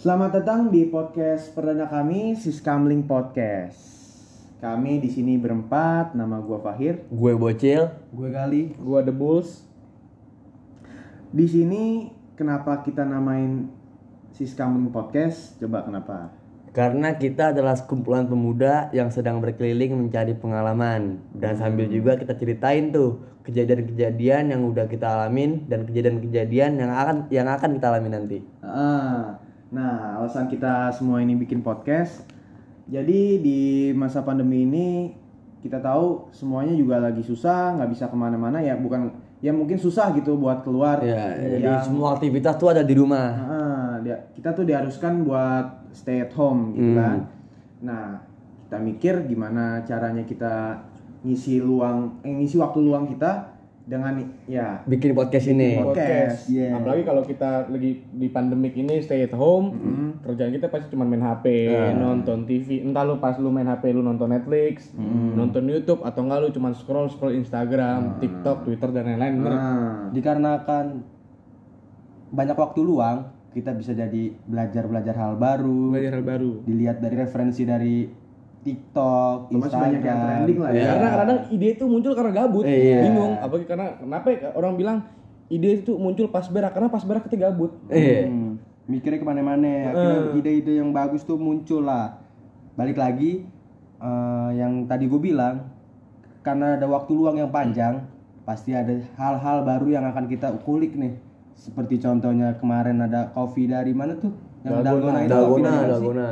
Selamat datang di podcast perdana kami Siskamling Podcast. Kami di sini berempat, nama gua Fahir, Gue bocil. gue Gali, gua The Bulls. Di sini kenapa kita namain Siskamling Podcast? Coba kenapa? Karena kita adalah sekumpulan pemuda yang sedang berkeliling mencari pengalaman Hmm. Dan sambil juga kita ceritain tuh Kejadian-kejadian yang udah kita alamin Dan kejadian-kejadian yang akan yang akan kita alami nanti Ah, nah, alasan kita semua ini bikin podcast. Jadi di masa pandemi ini kita tahu semuanya juga lagi susah, nggak bisa kemana-mana ya. Bukan ya mungkin susah gitu buat keluar. Ya, Yang- jadi semua aktivitas tuh ada di rumah Ah, dia- kita tuh diharuskan buat stay at home gitu Hmm. kan. Nah, kita mikir gimana caranya kita ngisi luang, eh, ngisi waktu luang kita dengan ya Bikin podcast ini podcast. Yeah. Apalagi kalau kita lagi di pandemik ini stay at home, Hmm. kerjaan kita pasti cuma main HP, nonton TV. Entah lu pas lu main HP lu nonton Netflix, Hmm. Hmm. nonton YouTube atau enggak lu cuma scroll scroll Instagram, TikTok, Twitter dan lain-lain. Bener. Ah, dikarenakan banyak waktu luang kita bisa jadi belajar belajar hal baru Belajar hal baru. dilihat dari referensi dari TikTok Iya. masih banyak yang trending lah ya. Karena kadang ide itu muncul karena gabut, Iya. bingung. Apalagi karena kenapa ya orang bilang ide itu muncul pas berak karena pas berak kita gabut. Iya. Hmm, mikirnya kemana-mana akhirnya Eh. ide-ide yang bagus tuh muncul lah balik lagi eh, yang tadi gue bilang karena ada waktu luang yang panjang pasti ada hal-hal baru yang akan kita kulik nih seperti contohnya kemarin ada kopi dari mana tuh yang dalgona itu kopi Dalgona, dari mana sih? dalgona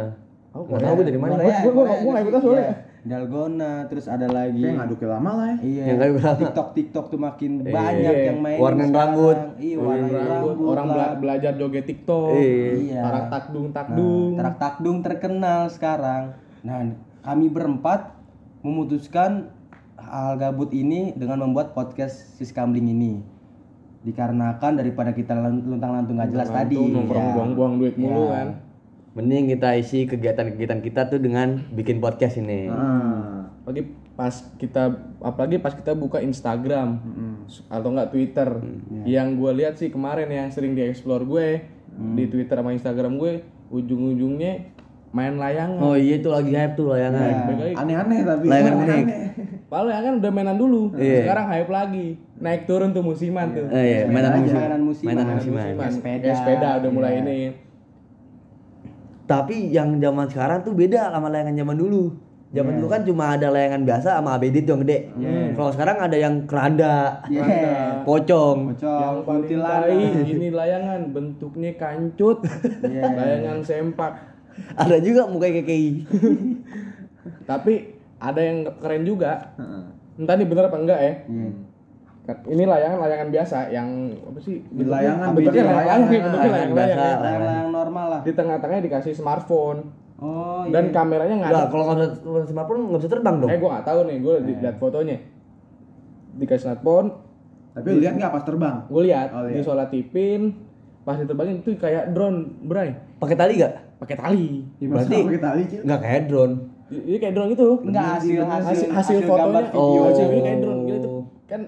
Oh, Gak tau gue dari mana Korea, Gua- gua- gua nggak ikutan Korea. soalnya. Iya. Dalgona, terus ada lagi. kayak ngaduknya lama lah ya. Iya. Yang kayak berapa? TikTok Tiktok tuh makin Iya. banyak yang main. Warnain sekarang. rambut. Iya, warnain rambut. orang lah. bela- belajar joget TikTok, Iya. orang takdung Nah, takdung. Tarak Takdung terkenal sekarang. Nah, kami berempat memutuskan hal gabut ini dengan membuat podcast Siskamling ini. Dikarenakan daripada kita luntang-lantung nggak jelas tadi. Tuh, nongkrong Iya. buang-buang duit mulu kan. Mending kita isi kegiatan-kegiatan kita tuh dengan bikin podcast ini Ah, apalagi pas kita apalagi pas kita buka Instagram Hmm. atau enggak Twitter Hmm, ya. yang gue lihat sih kemarin yang sering dieksplor gue Hmm. di Twitter sama Instagram gue ujung-ujungnya main layangan Oh iya itu lagi hype tuh layangan Baik lagi. aneh-aneh tapi Layangan Aneh-aneh. unik. Padahal layangan udah mainan dulu Iya. sekarang hype lagi naik turun tuh musiman tuh Eh, iya, mainan musim. Mainan musiman. Mainan Mainan musiman. musiman Sepeda. Iya. Eh, sepeda udah mulai ini Tapi yang zaman sekarang tuh beda sama layangan zaman dulu. Zaman dulu kan cuma ada layangan biasa sama ABD tuh yang gede. Hmm. Kalau sekarang ada yang keranda, Iya. pocong. Pocong, yang paling Oh, kuntilanak. tai, ini layangan bentuknya kancut Iya. layangan sempak Ada juga muka KKI. Tapi ada yang keren juga. Entah nih bener apa enggak ya. Hmm. Ini layangan layangan biasa yang apa sih? bentuknya- layangan, bentuknya beda layangan, layangan, bentuknya layangan layang biasa. layang. ya. Yang yang normal lah. Di tengah-tengahnya dikasih smartphone Oh, dan Iya. iya. kameranya nggak ada. Lah, kalau nggak ada smartphone nggak bisa terbang dong. Eh gua nggak tahu nih, gua di- lihat fotonya. Dikasih smartphone, Tapi lu lihat nggak pas terbang? gua lihat Oh, iya. di tipin pas diterbangin itu kayak drone, Bray. Pakai tali nggak? Pakai tali. Ya, Berarti- Berarti kita licin. Nggak kayak drone. Jadi kayak drone gitu. Enggak hasil hasil hasil, hasil, fotonya gambar video Oh. hasil kayak drone gitu tuh. kan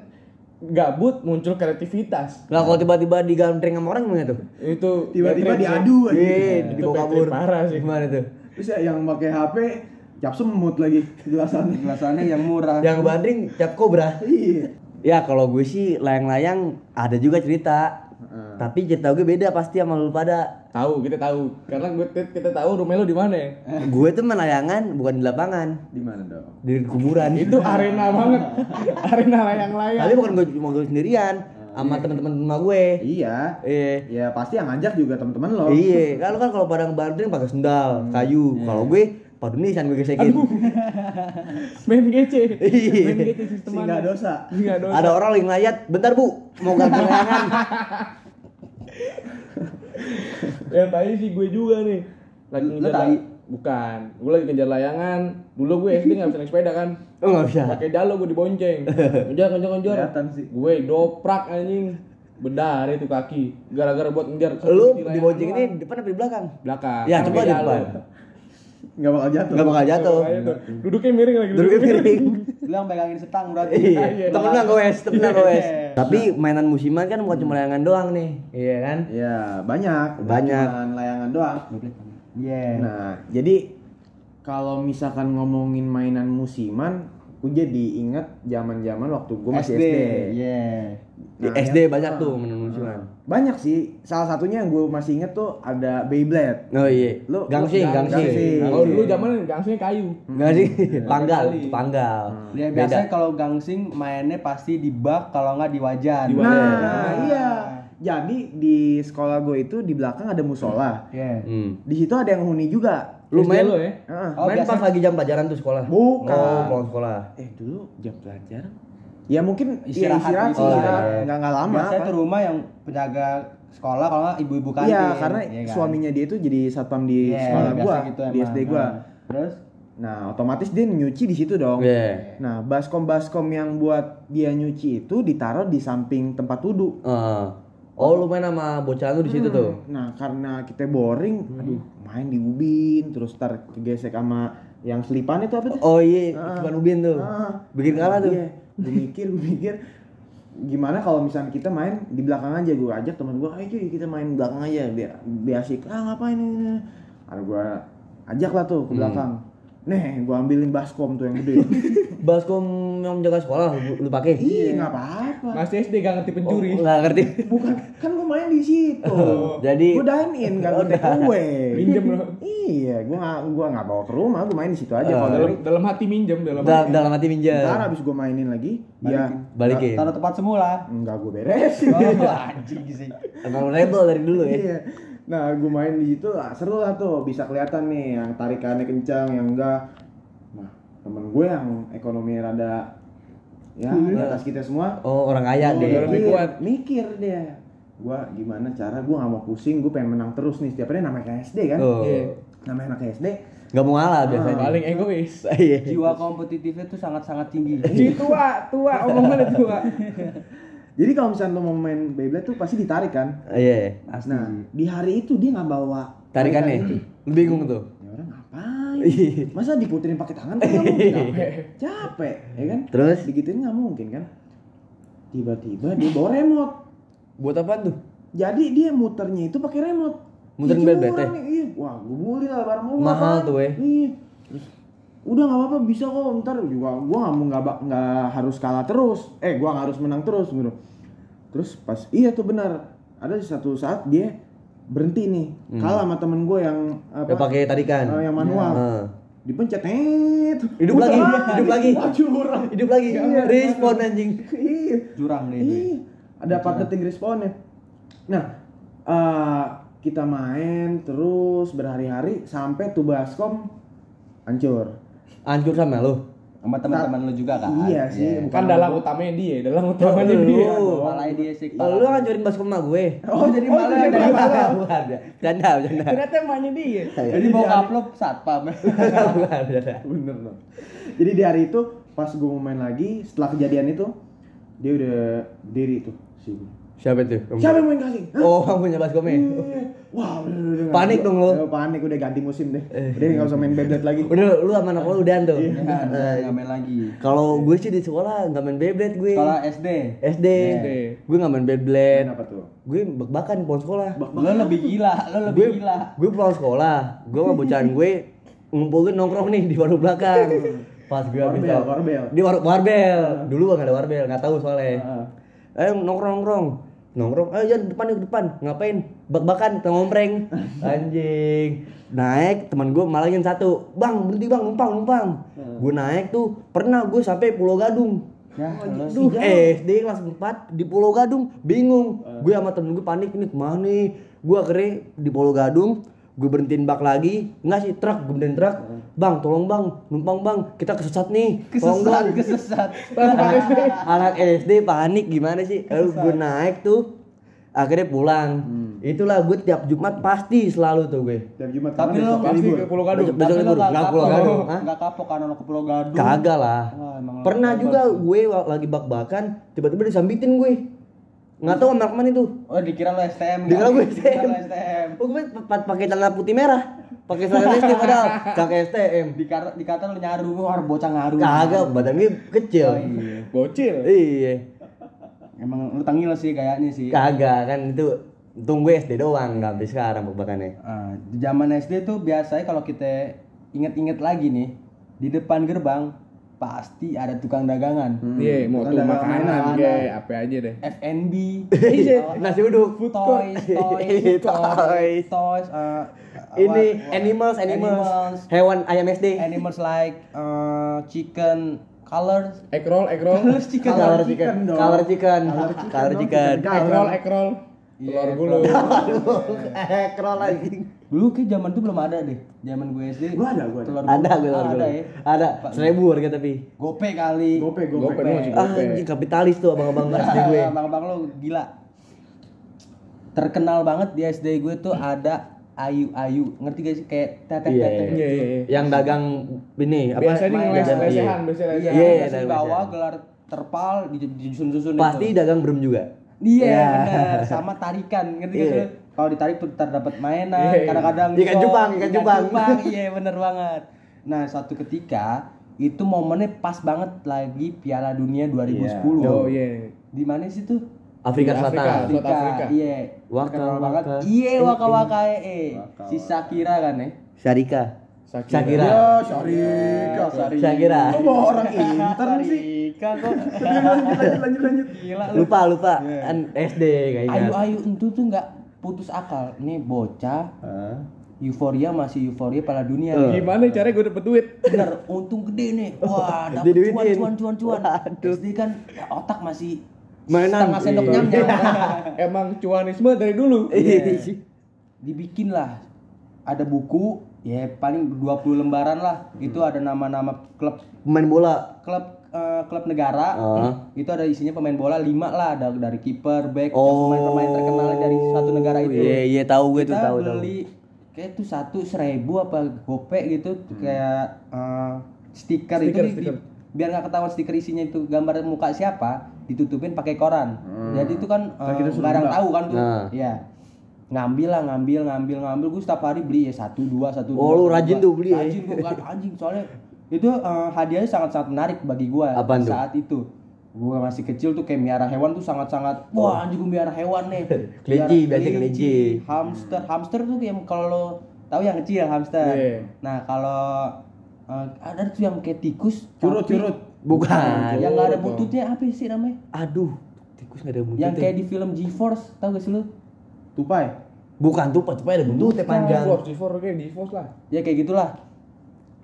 gabut muncul kreativitas Lah kalau tiba-tiba diganteng sama orang gimana tuh? itu ya. Tiba-tiba bad trip diadu sih. aja. ya? Iya, Itu dibawa bad trip kabur. parah sih Gimana tuh? Terus ya, yang pakai HP cap semut lagi jelasannya. Gelasannya yang murah. Yang banding cap kobra. Iya. Ya kalau gue sih layang-layang ada juga cerita. Tapi cerita gue beda pasti sama lu pada. tahu kita tahu karena gue kita, kita tahu rumah lo di mana gue tuh main layangan bukan di lapangan Di mana dong? di kuburan itu arena banget arena layang-layang tapi bukan gue cuma gue sendirian sama teman-teman rumah gue Iya. eh Ya pasti yang ngajak juga teman-teman lo. Oh. iya kalau kan kalau padang bandring pakai Hmm. sendal Iya. kayu kalau gue padu nisan gue gesekin main gece main gece Sehingga sistemannya dosa. nggak dosa ada orang yang ngeliat bentar bu mau ganti layangan yang tadi sih Ya, gue juga nih lagi Lu ngejar tai? lay- bukan gue lagi ngejar layangan dulu gue SD nggak bisa naik sepeda kan oh nggak bisa pakai jalo gue dibonceng ngejar ngejar ngejar Kelihatan sih. gue doprak anjing bedar itu kaki gara-gara buat lu ngejar Di layangan dibonceng ini doang. depan apa di belakang belakang Ya, Kan coba pakai di jalo. depan. nggak bakal jatuh nggak bakal jatuh Makanya tuh, Iya. Duduknya miring lagi. duduknya piring bilang pegangin setang berarti iya temennya goes temennya Iya. goes tapi mainan musiman kan bukan cuma layangan doang nih iya kan ya banyak Banyak. Cuman layangan doang yeah. Nah, jadi kalau misalkan ngomongin mainan musiman, gue jadi ingat zaman-zaman waktu gue masih Iya. SD. yeah. di Nah, SD yang- banyak tuh mainan musiman Banyak sih. Salah satunya yang gue masih ingat tuh ada Beyblade. oh Nah, iya Lu- gangsing lu- gangsing gangsing. Kalau dulu zaman gangsnya kayu. gangsing Hmm. panggal Kali. itu panggal Ya biasanya kalau gangsing mainnya pasti di bak kalau nggak di wajan. Di Nah, wajan. iya. Jadi di sekolah gue itu di belakang ada musola. Yeah. hmm. Di situ ada yang huni juga. lu SD main lo ya? Heeh. Oh, main pas biasa- lagi jam pelajaran tuh sekolah Bukan. oh, pulang sekolah Eh dulu jam pelajaran? Ya mungkin ya, Istirahat, gitu. istirahat, istirahat. istirahat. Oh, iya. nggak nggak lama. biasanya kan. tuh rumah yang penjaga sekolah kalau nggak ibu-ibu kantin. Iya, karena ya kan? suaminya dia itu jadi satpam di Iya, sekolah biasa gua, gitu di emang. SD gua. Nah, Terus Nah, otomatis dia nyuci di situ dong. iya Nah, baskom-baskom yang buat dia nyuci itu ditaruh di samping tempat wudhu. Heeh. oh lu main sama bocah lu di situ tuh Nah, karena kita boring, Hmm. aduh, main di ubin, terus tar kegesek sama yang selipan itu apa tuh? oh iya cuma ubin tuh Ah. bikin kan kalah tuh Iya, gue mikir, gue mikir gimana kalau misalnya kita main di belakang aja gue ajak teman gue ayo cuy kita main belakang aja biar biar asik ah ngapain ini ada gue ajak lah tuh ke Hmm. belakang nih gue ambilin baskom tuh yang gede baskom yang menjaga sekolah lu- lu pakai ih nggak apa-apa Masih SD gak ngerti pencuri. Oh, nggak ngerti bukan kan gue main di situ Jadi- gue dine in kan gue take away Minjem lo. iya gue nggak gue nggak bawa ke rumah gue main di situ aja kalau Dalam dari dalam hati minjem dalam. dalam, dalam hati ntar minjem abis gue mainin lagi ya balikin taruh tempat semula. nggak gue beres Oh, anjing sih. emang rebel dari dulu ya Iya. Nah, gue main di situ ah, seru lah tuh, bisa kelihatan nih yang tarikannya kencang, yang enggak. Nah, temen gue yang ekonomi rada ya di atas kita semua. oh orang kaya dia deh mikir- lebih kuat. Mikir dia. Gua gimana cara gue gak mau pusing, gue pengen menang terus nih setiap hari namanya kayak SD kan. oh Iya. Namanya anak SD. nggak mau ngalah biasanya Paling egois. iya Jiwa kompetitifnya tuh sangat-sangat tinggi. Si tua, tua, omongannya tua. Kan Jadi kalau misalnya lo mau main Beyblade tuh pasti ditarik kan. iya Asli. Nah, di hari itu dia nggak bawa tarikannya itu. lu bingung tuh Ya orang ngapain? Iya. Masa diputerin pakai tangan kan nggak mungkin capek. Capek, ya kan? Terus? digituin nggak mungkin kan? Tiba-tiba dia bawa remote. buat apa tuh Jadi dia muternya itu pakai remote. Muterin Ih, bed-bednya? orang nih, Iya, wah gue beli lah barang murah. Mahal kan? tuh, eh. weh. Iya. Terus, Udah nggak apa-apa bisa kok ntar juga gua nggak mau nggak bak- nggak harus kalah terus. Eh gua nggak harus menang terus gitu. Terus pas iya tuh benar. Ada satu saat dia berhenti nih kalah sama temen gue yang apa ya Hmm. pakai tarikan Oh, yang manual. Heeh. dipencet tet hidup Putar lagi hidup lagi Wah, curang. hidup lagi respon anjing iya Jurang deh itu. iya ada 4 detik responnya ya. nah eh, kita main terus berhari-hari sampai tuh baskom hancur hancur sama lu Sama teman-teman lu juga kan? iya sih Iya. bukan Kan dalang utamanya dia, dalang utamanya Lu. dia. Kepalanya dia sih. Iya, lu hancurin baskom sama gue Oh, jadi malah ada. Bukan, bukan. ya. Canda, canda. Ternyata emaknya dia. Jadi bokap lu satpam. Bukan, canda. bener loh jadi di hari itu pas gue mau main lagi setelah kejadian itu dia udah diri tuh sih Siapa itu? siapa yang main kasih Hah? Oh, kamu punya baskomnya. Wah, udah, udah, udah, Panik nggak- dong lo. udah, Panik udah ganti musim deh. Udah nggak usah main Beyblade lagi. Udah, lu sama anak lu udahan tuh. eh. Nah, nggak main lagi. Kalau gue sih di sekolah nggak main Beyblade gue. Sekolah SD. SD. SD. Gue nggak main Beyblade. Kenapa tuh? Gue bak-bakan di pohon sekolah. Lu lebih gila, lu gue, lebih gila. gue pulang sekolah. Gue sama bocahan gue ngumpulin nongkrong nih di warung belakang. Pas gue habis Warbel, ya, tau- warbel. Di war warbel. Ah. Dulu gak ada warbel, nggak tahu soalnya. Eh nongkrong nongkrong. Nongkrong, ayo jalan ke depan yuk ke depan. Ngapain? Bak-bakan, kita ngompreng. Anjing. Naik, teman gue malah yang satu. Bang, berhenti bang, numpang, numpang. Gue naik tuh, pernah gue sampai Pulau Gadung. Ah. Ya, lu Duh, SD kelas 4 di Pulau Gadung, bingung. Ah. Gue sama temen gue panik ini kemana nih? Gue akhirnya di Pulau Gadung, gue berhentiin bak lagi, enggak sih truk, gue berhentiin truk. Bang, tolong bang, numpang bang, kita kesesat nih. Tolong Ah. dong. kesesat, kesesat. anak, anak SD panik gimana sih? Lalu gue naik tuh, akhirnya pulang. Hmm. Itulah gue tiap Jumat pasti selalu tuh gue. Tiap Jumat Tapi karena lo besok Pasti libur. ke Pulau Gadung. Besok Tapi lu libur, nggak nggak ke kapok, Pulau Gadung. Hah? nggak kapok kan anak ke Pulau Gadung. Kagak lah. Wah, emang lu Pernah hebat juga gue wa- lagi bak-bakan, tiba-tiba disambitin gue. Nggak tahu sama kemana itu. Oh, dikira lu STM. Dikira kan? gue Dikira STM. lu STM. Oh, gue pa- pa- pakai celana putih merah. Pakai celana listrik padahal kakek STM. Dikata, dikata lu nyaru, lu orang bocah ngaruh. Kagak badannya kecil. Oh, iya. Bocil. Iya. Emang lu tengil sih kayaknya sih. Kagak kan itu tunggu SD doang nggak sampai sekarang pembakannya. Ah, di zaman SD tuh biasanya kalau kita inget-inget lagi nih, di depan gerbang pasti ada tukang dagangan. Iya, mau tuh Bukan dagangan makanan anak-anak. kayak apa aja deh. F&B, Iya. Nasi uduk. Iya, toys, Iya. toys, toys, Toys. toys, eh, Ini what- what- animals, animals, animals, hewan ayam SD. animals like eh, chicken, colors, Egg roll, egg roll. colors chicken, Color chicken chicken, dong. color chicken, color dong, chicken. chicken Egg roll, egg roll. Telur Iya, egg gulung. Eh, kerol lagi. Dulu kayak zaman tuh belum ada deh. Zaman gue SD. Gua ada, gua ada. telur Ada gue gulung. Ah, ada ya. Ada seribu harga tapi. Gope kali. Gope, gope. Gope, lu masih Ah, gope. anjing kapitalis tuh abang-abang Nah. SD gue. Abang-abang lo gila. Terkenal banget di SD gue tuh ada Ayu Ayu. Ngerti gak sih kayak gitu. teteh Iya, teteh. Iya, iya, iya. Yang dagang ini apa? Biasanya Main ngeles, dagang, iya. lesehan, biasanya Iya, Iya, lesehan. yeah, ada bawa biasanya. gelar terpal di disusun-susun Pasti itu. dagang brem juga. Iya, Iya. benar. Sama tarikan, ngerti gak Iya. sih? Kalau ditarik tuh ntar dapat mainan, Iya. kadang-kadang Ikan sok, cupang, ikan cupang. iya bener banget. Nah, suatu ketika itu momennya pas banget lagi Piala Dunia 2010. Oh, iya. Di mana sih tuh? Afrika Di Afrika. Selatan. South Africa. Iya. Waka, Terkenal waka. banget. Iya, waka waka eh. Si Shakira kan ya? Syarika. Shakira. Syakira. Ya, Syarika, Syarika. Syakira. Kok bawa orang intern sih? Shakira kok. Lanjut, lanjut, lanjut. Gila lu. Lupa Iya. lupa An- SD Ayu kayaknya. ayu itu tuh nggak putus akal. Ini bocah euforia masih euforia pada dunia. nih. Eh. Gimana caranya gue dapet duit? Bener, untung gede nih. Wah, dapat cuan Diduitin. cuan cuan cuan. Waduh. SD kan ya, otak masih Mainan. setengah sendok Iya. nyam ya. Emang cuanisme dari dulu. dibikin lah ada buku ya paling 20 lembaran lah itu ada nama-nama klub Pemain bola. klub eh, klub negara Ah. itu ada isinya pemain bola 5 lah ada dari kiper back yang Oh. pemain-pemain terkenal dari satu negara itu Iya iya tahu gue tuh kita tahu tahu. beli kayak tuh satu seribu apa gope gitu Hmm. kayak eh, stiker, itu Stiker, di- stiker. di- biar nggak ketahuan stiker isinya itu gambar muka siapa ditutupin pakai koran Hmm. jadi itu kan eh, kita suruh barang buka. tahu kan tuh Nah. ya ngambil lah ngambil ngambil ngambil gue setiap hari beli ya satu dua satu Oh, dua, lu satu, rajin dua. tuh beli ya? rajin gue kan anjing soalnya itu eh, hadiahnya sangat sangat menarik bagi gue Apaan tuh? saat itu gue masih kecil tuh kayak miara hewan tuh sangat sangat wah anjing gue miara hewan nih Miara Kelinci, biasa kelinci. hamster hamster tuh yang kalau lo tahu yang kecil hamster Iya. nah kalau eh, ada tuh yang kayak tikus Curut, tapi- curut. Bukan. yang nggak ada Curut. bututnya apa sih namanya Aduh. Tikus nggak ada buntut. yang kayak di film G-Force tahu gak sih lu Tupai. Bukan tuh, tupai ada buntutnya panjang. Divorce, divorce, kayak divorce lah. ya kayak gitulah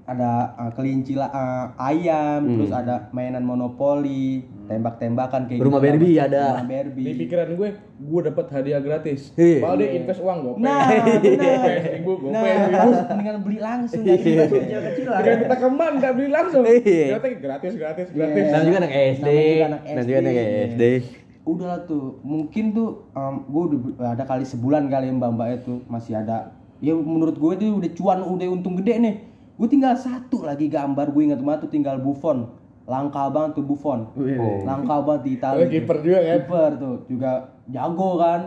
ada eh, kelinci lah eh, ayam Hmm. terus ada mainan monopoli tembak-tembakan kayak Rumah gitu lah. Barbie ada. rumah Barbie Di pikiran gue, gue dapat hadiah gratis. Iya. Padahal dia invest uang gue. nah benar Ibu, gue nah terus mendingan beli langsung kan Kecil-kecilan. Dengan kita ke man, nggak beli langsung. Iya. Ternyata gratis, gratis, gratis. Namanya juga anak SD. Iya. Namanya juga anak Namanya juga anak SD. SD. udahlah tuh mungkin tuh gue udah ada kali sebulan kali ya mbak mbak itu masih ada ya menurut gue itu udah cuan udah untung gede nih gue tinggal satu lagi gambar gue ingat banget tuh tinggal Buffon langka banget tuh Buffon Wih, langka banget di Oh, Italia kiper juga kan? kiper tuh juga jago kan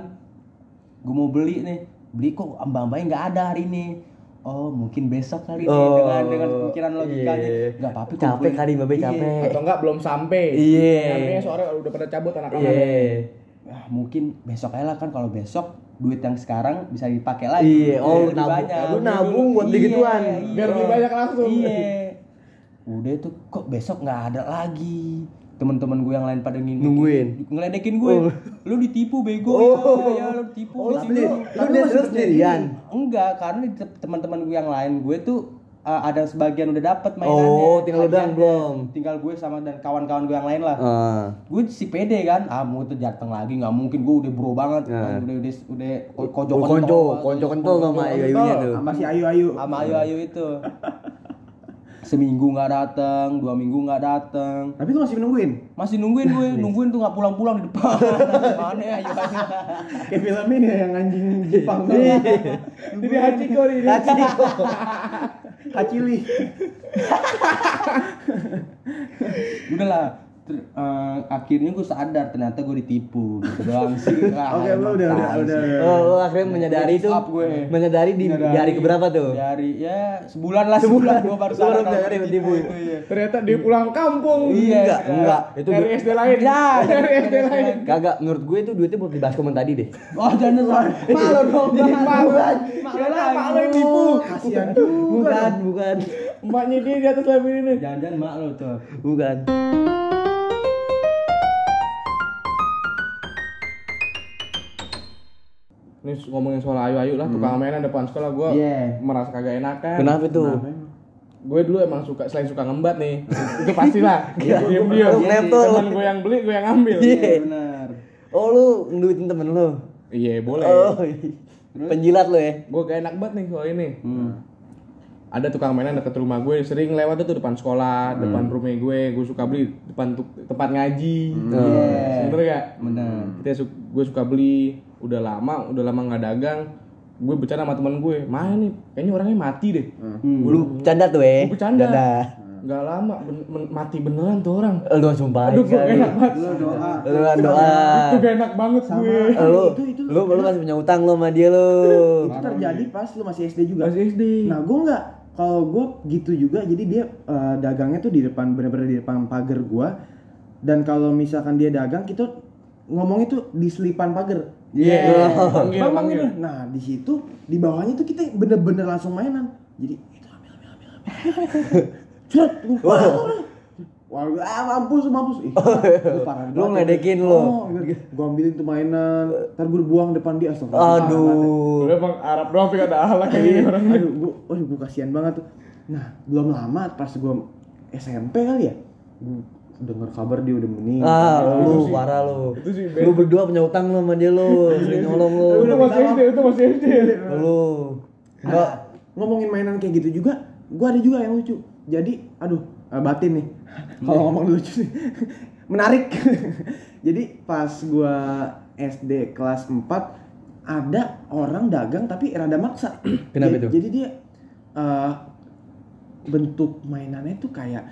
gue mau beli nih beli kok mbak mbaknya nggak ada hari ini oh mungkin besok kali nih Oh, dengan dengan pikiran logikanya iya. nggak apa-apa Capek kumpulin. kali, Mbak Be, Iya. capek. Atau enggak belum sampai. Iya. Nyampe sore udah pada cabut anak-anak. Iya. ah, mungkin besok aja lah kan kalau besok duit yang sekarang bisa dipakai lagi. Iya, oh, lu Lebih nabung- lu nabung buat Iya, begituan. Biar lebih banyak langsung. Iya. Udah tuh kok besok nggak ada lagi. Teman-teman gue yang lain pada ngin- Nungguin. ngeledekin gue. Oh. Lu ditipu bego Oh. ya, ya, lu ditipu. Oh, lu ditipu. sendiri- tapi lu masih sendirian? Enggak, karena di te- teman-teman gue yang lain gue tuh uh, ada sebagian udah dapat mainannya. Oh, tinggal lu doang hadiahnya. belum. Tinggal gue sama dan kawan-kawan gue yang lain lah Ah. gue si pede kan ah mau tuh jateng lagi nggak mungkin gue udah bro banget Ya. Kan udah udah udah ko- konco Konco, konco, konco kental Oh, sama ayu-ayunya tuh. Sama si Ayu-Ayu. sama ayu ayu itu seminggu nggak dateng dua minggu nggak dateng Tapi tuh masih nungguin. masih nungguin gue nungguin tuh nggak pulang pulang di depan mana ya ayu ayu Kayak film ini yang anjing Jepang tuh. Jadi Hachiko nih. Iya. ini. Kacili. udahlah ter- eh, akhirnya gue sadar ternyata gue ditipu gitu doang sih. Ah, Oke, lu emang udah udah tai udah. sih. Oh, lo akhirnya menyadari itu Iya. Nah, Up gue. menyadari di, di hari keberapa tuh? Dari ya sebulan lah sebulan, gue baru Lu baru sadar kalau menyadari gue ditipu. itu, iya. Ternyata dia pulang kampung. Iya, enggak, enggak. Itu Dari du- SD lain. Ya, dari SD lain. kagak menurut gue itu duitnya buat dibahas komen tadi deh. Oh jangan lupa. Malu dong. Malu. Malu Ternyata lagi. Mak lo yang tipu. Kasihan juga. Bukan, bukan. Emaknya dia di atas lamin ini. Jangan-jangan mak lo tuh. Bukan. Ini ngomongin soal ayu-ayu Hmm. lah, tukang mainan depan sekolah Oh. gue Iya. merasa kagak enakan. Kenapa itu? Gue dulu emang suka selain suka ngembat nih, itu pastilah. Diam diam. Lu laptop. Iya, Temen gue yang beli, gue yang ambil. Iya. Benar. Oh, lu ngeduitin temen lu. Iya boleh. Oh. Penjilat lu ya. Gue gak enak banget nih soal ini. Ada tukang mainan deket rumah gue, sering lewat tuh depan sekolah, depan rumah gue. Gue suka beli depan tu- tempat ngaji. Gitu. Iya. Hmm. Bener gak? Benar. Kita su- gue suka beli, udah lama, udah lama nggak dagang. Gue bercanda sama teman gue, mana nih? Kayaknya orangnya mati deh. Lu bercanda tuh ya. Gue Hmm. bercanda. Bercanda. Gak lama, ben- men- mati beneran tuh orang. Lu sumpah. Hmm. Aduh, gue gak enak banget. Lo doa. Lu kan doa. Eh, Gue gak enak banget gue. Lu lu lu masih punya utang lu sama dia lu. Itu terjadi pas lu masih SD juga. Masih SD. Nah, gue nggak. Kalau gue gitu juga, jadi dia eh, dagangnya tuh di depan, bener-bener di depan pagar gue. Dan kalau misalkan dia dagang, kita ngomongnya tuh di selipan pagar. Iya. Bang, Panggil, bang, panggil. ini. Nah, di situ di bawahnya tuh kita bener-bener langsung mainan. Jadi itu ambil ambil ambil. Cet. Wah. Wah, ah, mampus, mampus. Ih, lu parah Lu banget. ngedekin lu. Oh, enggak. gua ambilin tuh mainan. Ntar gue buang depan dia. Astagfirullah. Aduh. Lu emang Arab doang tapi gak ada ahlak kayak gini orang. aduh gua aduh gua kasihan banget tuh nah belum lama pas gua SMP kali ya gua dengar kabar dia udah meninggal Ah, lu parah lu. Itu sih Lu berdua punya utang lu sama dia lu. Sering nyolong lu. Itu masih Ah. SD, itu masih SD. Lu. Enggak. ngomongin mainan kayak gitu juga gua ada juga yang lucu jadi aduh eh, batin nih kalau Iya. ngomong lucu sih menarik jadi pas gua SD kelas 4 ada orang dagang tapi rada maksa Kenapa Ja- itu? jadi dia eh, bentuk mainannya tuh kayak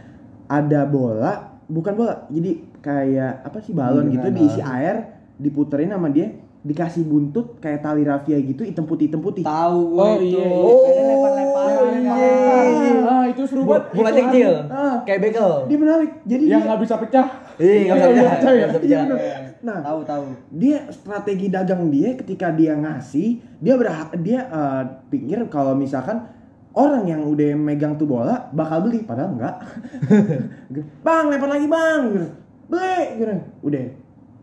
ada bola bukan bola jadi kayak apa sih balon Iya, gitu diisi air diputerin sama dia dikasih buntut kayak tali rafia gitu hitam putih hitam putih Tahu gue Oh, itu. iya, iya. Oh iya. lempar-lemparan. Ah, itu seru banget. Bola Itu kecil. Ah. Kayak bekel. dia menarik jadi Iya, yang dia nggak bisa pecah Ih, enggak bisa Iya, jalan. iya, Nggak bisa Iya, jalan. bener. nah Tahu tahu. dia strategi dagang dia ketika dia ngasih dia berha dia eh, pikir kalau misalkan orang yang udah megang tuh bola bakal beli padahal enggak bang lempar lagi bang Gitu. beli gitu. udah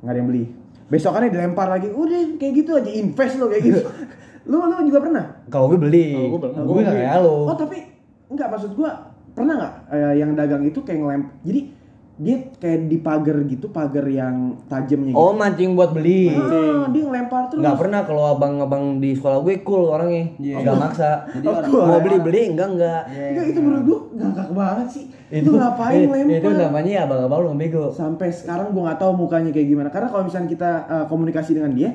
nggak ada yang beli besokannya dilempar lagi udah kayak gitu aja invest lo kayak gitu lu lu juga pernah Kalau gue beli. Kalau gue beli. Gue enggak kayak lu. Oh tapi nggak maksud gua pernah nggak eh, yang dagang itu kayak ngelem jadi dia kayak di pagar gitu pagar yang tajamnya gitu. Oh, mancing buat beli. Ah, dia ngelempar terus. Enggak pernah kalau abang-abang di sekolah gue cool orangnya. Iya. Enggak maksa. Jadi Oh, orang- cool. Mau beli-beli enggak enggak. Enggak, itu menurut gua ngakak banget sih. Iya. Itu, ngapain i- ngelempar? eh, Itu namanya ya abang-abang lu yang bego. Sampai sekarang gua nggak tahu mukanya kayak gimana. Karena kalau misalnya kita eh, komunikasi dengan dia,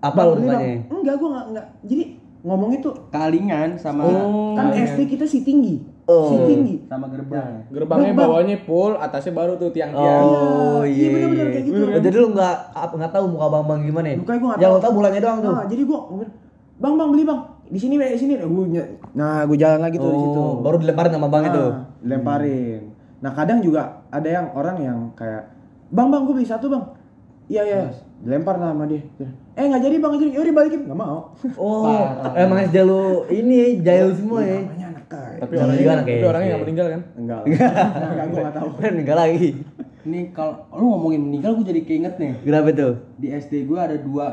Apa lu beli, Bang. Iya. mukanya? Enggak, gua nggak nggak. Jadi ngomongnya tuh Kalingan sama Oh. kan iya. SD kita si tinggi. Si tinggi. sama gerbang. gerbangnya Gerbang. bawahnya full atasnya baru tuh tiang-tiang Oh Iya, iya. iya, bener-bener kayak gitu. Oh, Jadi lu nggak apa- nggak tahu muka abang bang gimana ya? Mukanya gua nggak Yang tahu. lu tahu bulannya doang tuh. Nah, jadi gua ngomongin, "Bang, Bang, beli, Bang." Di sini, Bang, di sini. Nah, gua ny- Nah, gua jalan lagi tuh di situ. Oh, Baru dilemparin sama bang Ah, itu. Lemparin. Nah kadang juga ada yang orang yang kayak, bang bang gue beli satu bang. Iya iya. Dilempar lah sama dia. Eh nggak jadi bang nggak jadi. Yaudah balikin. Nggak mau. Oh, emang SD lu ini jahil semua ya. Namanya anak kaya. tapi Jangan orangnya juga kan, lah, kayak tapi orangnya SD. nggak meninggal kan Enggak. lah. Enggak gue nggak tahu. Keren enggak lagi. Ini kalau lu ngomongin meninggal gue jadi keinget nih. Kenapa tuh? Di SD gue ada dua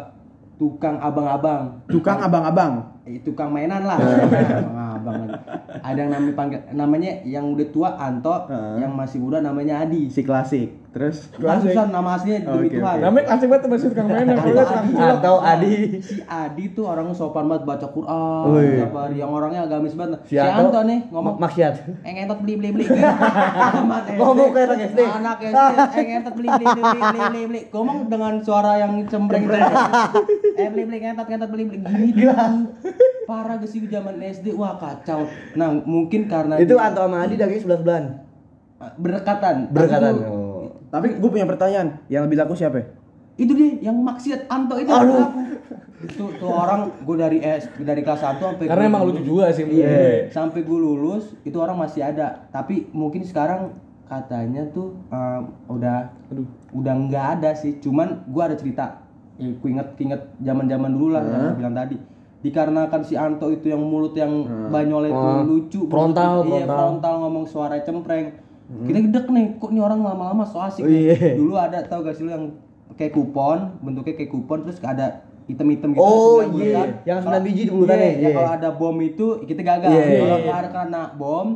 tukang abang-abang. Tukang abang-abang. Eh, tukang mainan lah abang-abang ada yang namanya panggil, namanya yang udah tua Anto Heeh. yang masih muda namanya Adi Si klasik. Terus. kan susah nama aslinya Oh, demi oke, oke. Tuhan Iya. namanya asik banget masih tukang Iya. mainan kalau tukang pulang Atau Adi? si Adi tuh orangnya sopan banget baca Quran Wih. tiap hari yang orangnya agamis banget Si Anto- nih Ngomong ngomong maksiat. eh ngentot beli beli beli Amat SD. Ngomong kayak anak SD. anak SD eh ngentot beli beli beli beli, beli beli beli ngomong dengan suara yang cembreng eh beli beli ngentot ngentot beli beli gitu parah gak sih zaman SD wah kacau nah mungkin karena Itu dia- Anto sama Adi daging sebelas bulan. berkatan Berkatan. Aku tuh Oh. Tapi gue punya pertanyaan, yang lebih laku siapa? ya? itu deh yang maksiat Anto itu Aduh. itu tuh orang gue dari S dari kelas 1 sampai Karena gua emang lucu lulus. juga sih menurut Iya. gue. sampai gue lulus itu orang masih ada tapi mungkin sekarang katanya tuh eh, udah Aduh. udah nggak ada sih cuman gue ada cerita yang ku inget inget zaman zaman dulu lah yang gua bilang tadi dikarenakan si Anto itu yang mulut yang banyol itu Ah. lucu Frontal, frontal. mulut- iya, Hmm. frontal ngomong suara cempreng kita gedek nih kok nih orang lama-lama so asik Oh, nih. iya. dulu ada tau gak sih lu yang kayak kupon bentuknya kayak kupon terus ada item-item gitu Oh, iya. sembilan bulanan. Yang Kalau- sembilan biji bulanan iya, ya, ya iya. kalau ada bom itu kita gagal Iya, iya, kalau iya. ada kena bom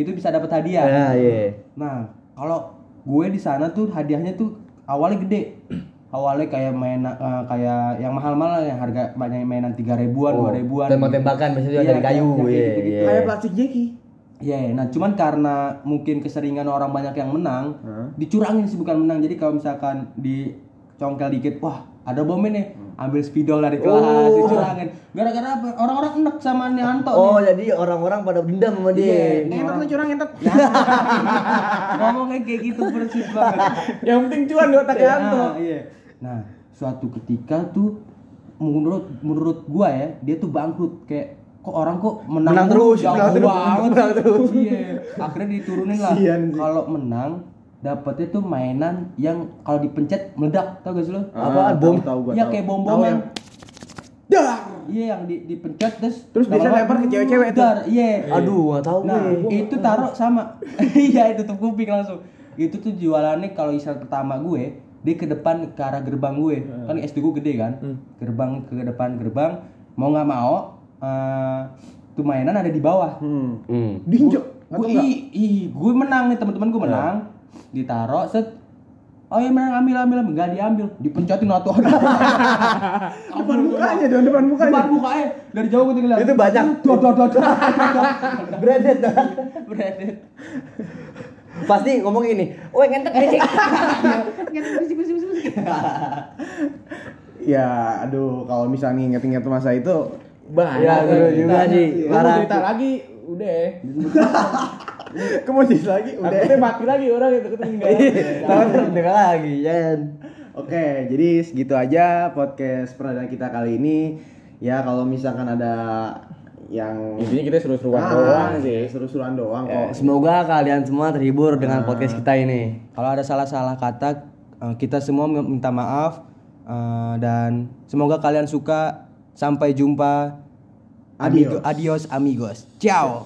itu bisa dapat hadiah Nah, iya. Nah, kalau gue di sana tuh hadiahnya tuh awalnya gede. Awalnya kayak main eh, kayak yang mahal-mahal yang harga banyak yang mainan 3 ribuan, Oh, dua ribuan. tembak-tembakan, biasanya juga dari kayu, iya, iya. Kayak plastik Jackie. Iya, nah cuman karena mungkin keseringan orang banyak yang menang, dicurangin sih bukan menang. Jadi kalau misalkan dicongkel dikit, wah ada bomnya nih, ambil spidol dari kelas, dicurangin. Gara-gara apa? Orang-orang enek sama nih Anto nih. Oh, jadi orang-orang pada dendam sama dia. Entot lu curang Ya. entot. Ngomongnya kayak gitu persis banget. Yang penting cuan di otak kan? Yanto. Nah, iya. Nah, suatu ketika tuh menurut menurut gua ya, dia tuh bangkrut kayak kok orang kok menang, Menang mulu, terus, jauh menang terus, banget. menang terus. Iya. Akhirnya diturunin lah. Kasian sih. Kalau menang dapetnya tuh mainan yang kalau dipencet meledak tau gak sih lo? Ah, Apaan, bom? Tahu gua. Iya tahu. kayak bom Tahu boman. yang- Iya yang di, dipencet terus Terus biasanya lama-lama lempar ke cewek-cewek tuh. dar, Iya. Aduh, nggak tahu Nah, gue. itu taruh sama. Iya, itu tutup kuping langsung. Itu tuh jualannya kalau istirahat pertama gue, dia ke depan ke arah gerbang gue. Hmm. Kan SD gue gede kan. Gerbang ke depan gerbang, mau nggak mau eh tuh mainan ada di bawah. Hmm. Hmm. Diinjek. Gue ih, ih, gue menang nih teman-teman gue menang. Ditaruh set Oh iya menang ambil ambil ambil. nggak diambil dipencetin atau Depan mukanya dong, depan mukanya. depan mukanya dari jauh gue tinggal Itu banyak. dot dot dot Bredet dah. Bredet. Pasti ngomong gini, "Woi, ngentek berisik." Ngentek berisik, berisik, berisik. Ya, aduh, kalau misalnya inget-inget masa itu Banyak. Ya, cerita. bener juga sih. Lu mau Parah. cerita lagi, udah. Kemudian lagi udah. Takutnya mati lagi orang itu kita enggak. Iya. Tahu dengar lagi, Jan. Oke, jadi segitu aja podcast perdana kita kali ini. Ya, kalau misalkan ada yang Intinya kita seru-seruan Ah, doang ya, sih. Seru-seruan doang Eh, kok. Semoga kalian semua terhibur dengan podcast kita ini. Kalau ada salah-salah kata, eh, kita semua minta maaf eh, dan semoga kalian suka. Sampai jumpa. Adios. Amigo- adios amigos. Ciao.